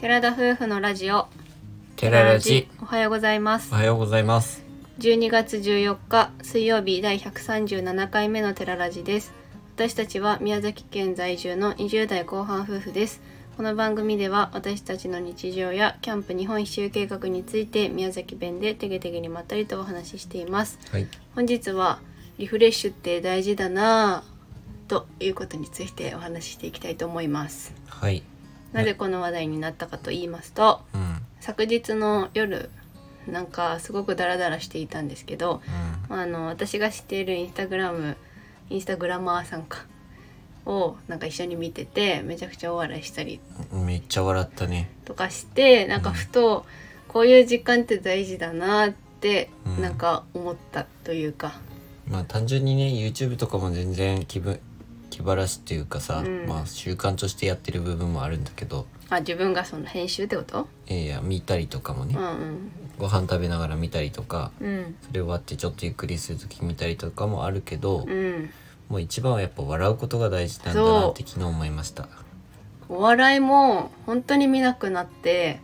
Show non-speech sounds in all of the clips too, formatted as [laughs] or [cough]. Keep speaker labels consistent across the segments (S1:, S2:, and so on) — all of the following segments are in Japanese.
S1: 寺田夫婦のラジオ
S2: テララジ
S1: おはようございます
S2: おはようございます
S1: 12月14日水曜日第137回目のテララジです私たちは宮崎県在住の20代後半夫婦ですこの番組では私たちの日常やキャンプ日本一周計画について宮崎弁でてげてげにまったりとお話ししています
S2: はい
S1: 本日はリフレッシュって大事だなぁということについてお話ししていきたいと思います
S2: はい
S1: なぜこの話題になったかと言いますと
S2: うんうん
S1: 昨日の夜なんかすごくダラダラしていたんですけどあの私が知っているインスタグラムインスタグラマーさんかをなんか一緒に見ててめちゃくちゃお笑いしたり
S2: めっちゃ笑ったね
S1: とかしてなんかふとこういう時間って大事だなって
S2: うん
S1: なんか思ったというか、
S2: まあ単純にね YouTube とかも全然気分気晴らしっていうかさ、
S1: うん
S2: まあ習慣としてやってる部分もあるんだけど
S1: あ自分がその編集ってこと
S2: ええや見たりとかもね、
S1: うん
S2: ご飯食べながら見たりとか
S1: うんうん
S2: それ終わってちょっとゆっくりする時見たりとかもあるけど、
S1: うん
S2: もう一番はやっぱ笑うことが大事なんだなって昨日思いました
S1: お笑いも本当に見なくなって、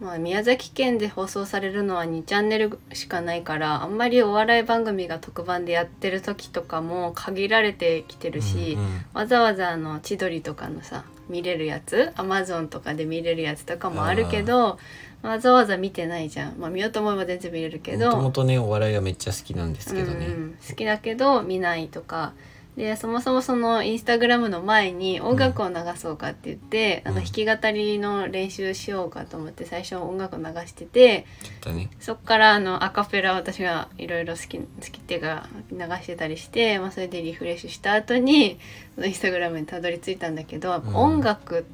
S1: まあ、宮崎県で放送されるのは2チャンネルしかないからあんまりお笑い番組が特番でやってる時とかも限られてきてるし、
S2: うんうん
S1: わざわざあの千鳥とかのさ見れるやつ Amazon とかで見れるやつとかもあるけどわざわざ見てないじゃん、まあ、見ようと思えば全然見れるけ
S2: もとも
S1: ど
S2: とねお笑いがめっちゃ好きなんですけどね、
S1: うんうん、好きだけど見ないとかでそもそもそのインスタグラムの前に音楽を流そうかって言って、
S2: うん
S1: なんか弾き語りの練習しようかと思って最初音楽を流してて
S2: ちょっとね
S1: そっからあのアカペラ私がいろいろ好き好きっていうか流してたりして、まあ、それでリフレッシュした後にそのインスタグラムにたどり着いたんだけど、やっぱ音楽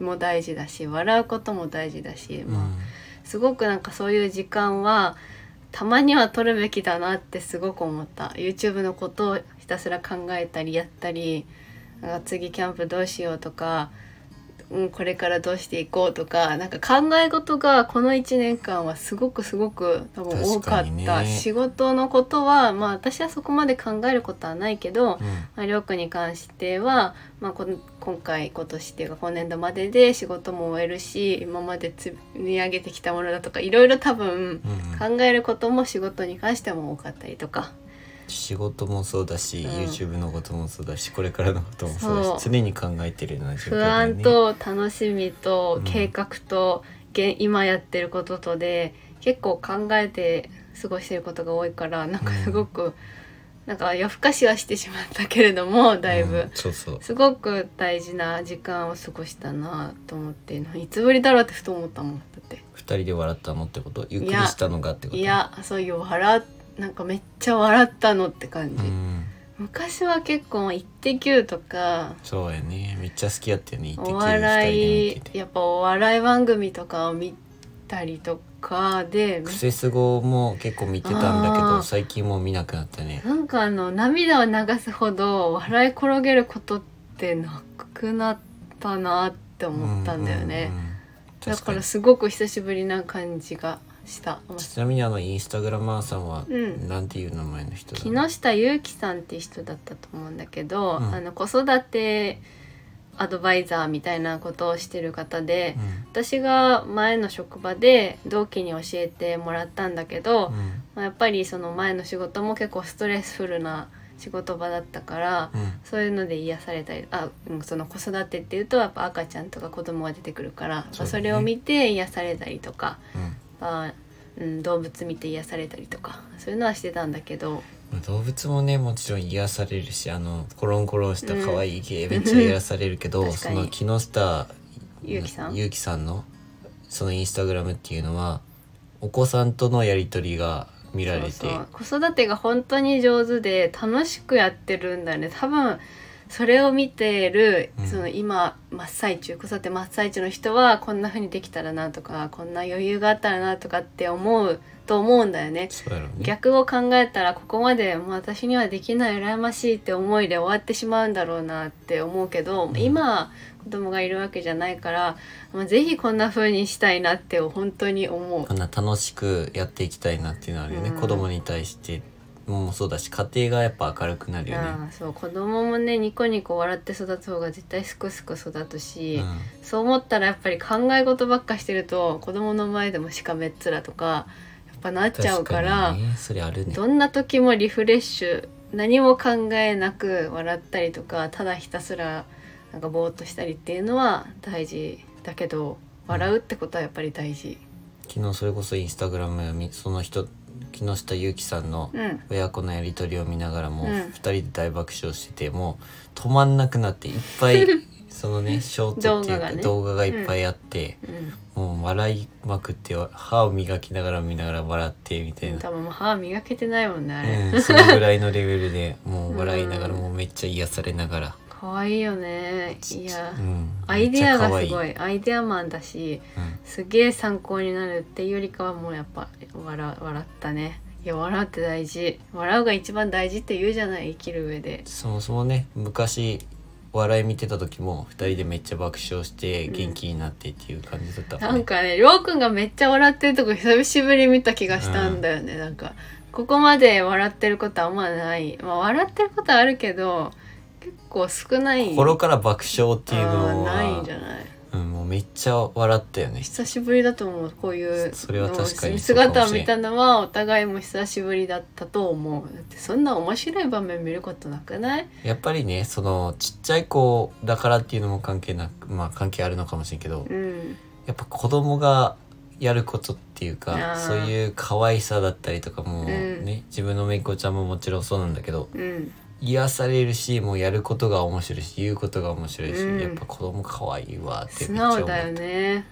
S1: も大事だし笑うことも大事だし、
S2: う
S1: まあ
S2: ん
S1: すごくなんかそういう時間はたまには取るべきだなってすごく思った YouTube のことをひたすら考えたりやったりなんか次キャンプどうしようとか、うん、これからどうしていこうとかなんか考え事がこの1年間はすごくすごく多分多かっ
S2: 確か
S1: た
S2: にね
S1: 仕事のことはまあ私はそこまで考えることはないけど、
S2: うん
S1: まあ、りょうくんに関しては、まあ、こん今回今年っていうか今年度までで仕事も終えるし今まで積み上げてきたものだとかいろいろ多分
S2: うんうん
S1: 考えることも仕事に関しても多かったりとか
S2: 仕事もそうだし、
S1: うん
S2: YouTube のこともそうだしこれからのこともそうだし
S1: そう
S2: 常に考えてるような状況
S1: 不
S2: だよ
S1: 安
S2: ね
S1: と楽しみと
S2: うん
S1: 計画と、現今やってることとで結構考えて過ごしてることが多いからなんかすごく、なんか夜更かしはしてしまったけれどもだいぶ。
S2: うんそうそう
S1: すごく大事な時間を過ごしたなと思っていつぶりだろうってふと思ったもんだって
S2: 二人で笑ったのってことゆっくりしたのがってこと
S1: いやそういう笑っなんかめっちゃ笑ったのって感
S2: う
S1: じ、
S2: ん
S1: 昔は結構「イッテ Q!」とか
S2: そうやねめっちゃ好きやったよね
S1: お
S2: イッ
S1: 笑
S2: テ Q 二人で見
S1: い
S2: てて
S1: やっぱお笑い番組とかを見たりとかで
S2: クセスゴも結構見てたんだけ
S1: あー
S2: ど最近もう見なくなったね
S1: なんかあの涙を流すほど笑い転げることってなくなったなって思ったんだよね。
S2: うんうんうん
S1: だ
S2: 確
S1: か
S2: からに
S1: すごく久しぶりな感じがした。
S2: ちなみにあのインスタグラマーさんは、
S1: うん
S2: なんていう名前の人だ
S1: 木下ゆ樹さんって人だったと思うんだけど、
S2: うん
S1: あの子育てアドバイザーみたいなことをしてる方で、私が前の職場で同期に教えてもらったんだけど、
S2: うんうん
S1: まあやっぱりその前の仕事も結構ストレスフルな仕事場だったから、
S2: うん
S1: そういうので癒されたりあうんその子育てっていうとやっぱ赤ちゃんとか子供が出てくるからそ,、
S2: そうだね
S1: それを見て癒されたりとか。
S2: うん
S1: まあうん、動物見て癒されたりとかそういうのはしてたんだけど
S2: まあ動物もねもちろん癒されるしあのコロンコロンした可愛い系めっちゃ癒されるけど、
S1: うん [laughs] 確か
S2: そ
S1: に
S2: の木下
S1: ゆうきさん
S2: ゆうきさんのそのインスタグラムっていうのはお子さんとのやり取りが見られて
S1: そうそう子育てが本当に上手で楽しくやってるんだよね多分それを見てる、
S2: うん
S1: その今真っ最中子育て真っ最中の人はこんな風にできたらなとかこんな余裕があったらなとかって思うと思うんだよね。
S2: そうやろうね
S1: 逆を考えたらここまでもう私にはできない羨ましいって思いで終わってしまうんだろうなって思うけど、
S2: ん
S1: 今子供がいるわけじゃないからまあぜひこんな風にしたいなって本当に思う
S2: こんな楽しくやっていきたいなっていうのはあるよね、
S1: うん
S2: 子供に対してもうそうだし家庭がやっぱ明るくなるよね
S1: ああそう子供もねニコニコ笑って育つ方が絶対すくすく育つし、
S2: うん
S1: そう思ったらやっぱり考え事ばっかしてると子供の前でもしかめっ面とかやっぱなっちゃうから
S2: 確にねそれあるね
S1: どんな時もリフレッシュ何も考えなく笑ったりとかただひたすらなんかぼーっとしたりっていうのは大事だけど笑うってことはやっぱり大事。
S2: 昨日それこそインスタグラムみその人木下ゆうきさんの
S1: うん
S2: 親子のやり取りを見ながらも
S1: うん
S2: 2人で大爆笑しててもう止まんなくなっていっ
S1: [laughs]
S2: ぱいそのねショートってい
S1: 動画
S2: うか
S1: がね
S2: 動画がいっぱいあって
S1: うん
S2: もう笑いまくって歯を磨きながら見ながら笑ってみたいな。
S1: 多分もう歯磨けてないもんねあれ、
S2: うん、そのぐらいのレベ
S1: [laughs]
S2: ルでもう笑いながらもうめっちゃ癒されながら、
S1: 可愛いよねいや、
S2: うん、
S1: アイデアが
S2: め
S1: す
S2: っちゃ可
S1: ご
S2: 愛
S1: いアイデアマンだし
S2: うん
S1: すげえ参考になるっていうよりかはもうやっぱ笑笑ったねいや笑うって大事笑うが一番大事って言うじゃない生きる上で
S2: そもそもね昔お笑い見てた時も2人でめっちゃ爆笑して
S1: うん
S2: 元気になってっていう感じだったも
S1: なん
S2: ね
S1: んかねりょうくんがめっちゃ笑ってるとこ久しぶりに見た気がしたんだよね、なんかここまで笑ってることはあんまないまあ笑ってることはあるけど結構少ない
S2: 心から爆笑っていうの
S1: あーないんじ
S2: は、
S1: ゃない
S2: うん、もうめっちゃ笑ったよね
S1: 久しぶりだと思うこういう
S2: そそれは確かにそうかもしれん
S1: 姿を見たのはお互いも久しぶりだったと思うだってそんな面白い場面見ることなくない
S2: やっぱりねそのちっちゃい子だからっていうのも関係なくまあ関係あるのかもしれんけど
S1: うん
S2: やっぱ子供がやることっていう
S1: あ
S2: か
S1: ー
S2: そういう可愛さだったりとかもね、
S1: う
S2: 自分のめいこちゃんももちろんそうなんだけど
S1: うん
S2: 癒されるしもうやることが面白いし言うことが面白いし、
S1: うん
S2: やっぱ子供可愛いわって
S1: 素
S2: めっちゃ思
S1: 直
S2: う
S1: だよね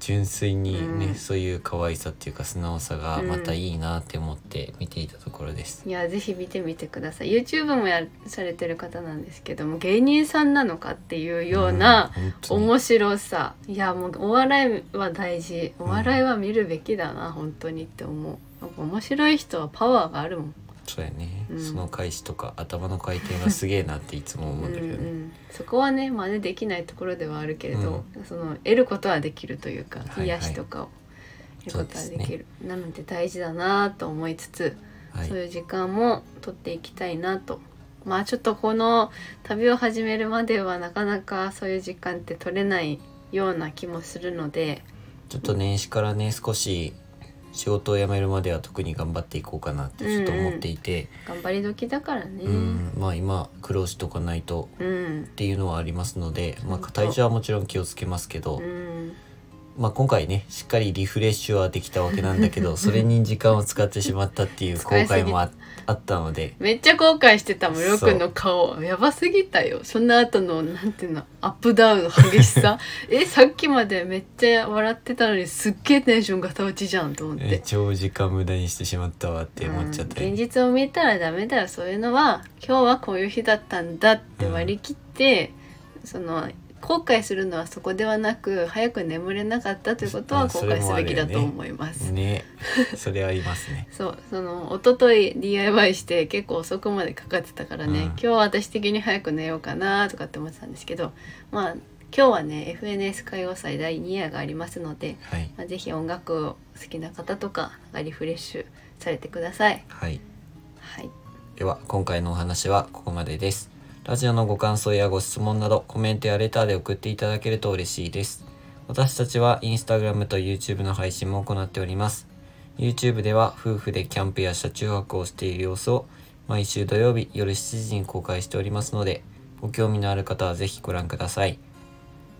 S2: 純粋にね、
S1: うん
S2: そういう可愛さっていうか素直さがまたいいなって思って見ていたところです、
S1: いやぜひ見てみてください YouTube もやされてる方なんですけども芸人さんなのかっていうような
S2: うん、本当に
S1: 面白さいやもうお笑いは大事お笑いは見るべきだな本当にって思うなんか面白い人はパワーがあるもん
S2: そうやね、
S1: うん
S2: その返しとか頭の回転がすげえなっていつも思うんだけどね、
S1: うんうん、そこはね真似できないところではあるけれど、その得ることはできるというか、
S2: いはい
S1: 癒しとかを得ることは
S2: そ
S1: で
S2: うです
S1: きる、なので大事だなと思いつつ、
S2: はい
S1: そういう時間も取っていきたいなとまあちょっとこの旅を始めるまではなかなかそういう時間って取れないような気もするので
S2: ちょっと年始からね少し仕事を辞めるまでは特に頑張っていこうかなってちょっと思っていて、
S1: 頑張り時だからね。
S2: うんまあ今苦労しとかないと
S1: うん
S2: っていうのはありますので、まあ、
S1: 本当
S2: 体調はもちろん気をつけますけど、
S1: うん
S2: まあ、今回ねしっかりリフレッシュはできたわけなんだけどそれに時間を使ってしまったっていう
S1: [laughs]
S2: 後悔もああったので
S1: めっちゃ後悔してたもん、りょうくん
S2: そう
S1: の顔。やばすぎたよ。その後の、なんていうの、アップダウンの激し
S2: [laughs]
S1: さ。え、さっきまでめっちゃ笑ってたのに、すっげえテンションガタ落ちじゃんと思って。
S2: え長時間無駄にしてしまったわって思っちゃった
S1: うん
S2: り、
S1: 現実を見たらダメだよ。そういうのは、今日はこういう日だったんだって割り切って、その、後悔するのはそこではなく、早く眠れなかったということ
S2: う
S1: は
S2: ん
S1: 後
S2: それ
S1: 悔
S2: も
S1: す
S2: あ
S1: べ
S2: る
S1: き
S2: よね
S1: だと思います。
S2: ねそれありますね
S1: そうその一昨日 DIY して結構遅くまでかかってたからね、
S2: うん
S1: 今日は私的に早く寝ようかなとかって思ってたんですけどまあ今日はね FNS 歌謡祭第2夜がありますので、
S2: はい
S1: まあ、ぜひ音楽を好きな方とかなんかリフレッシュされてください。
S2: はい
S1: はい、
S2: では今回のお話はここまでですラジオのご感想やご質問などコメントやレターで送っていただけると嬉しいです私たちはインスタグラムと YouTube の配信も行っております YouTube では夫婦でキャンプや車中泊をしている様子を毎週土曜日夜7時に公開しておりますのでご興味のある方はぜひご覧ください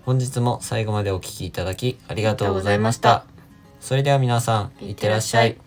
S2: 本日も最後までお聞きいただきありがとうございましたそれでは皆さんいってらっしゃい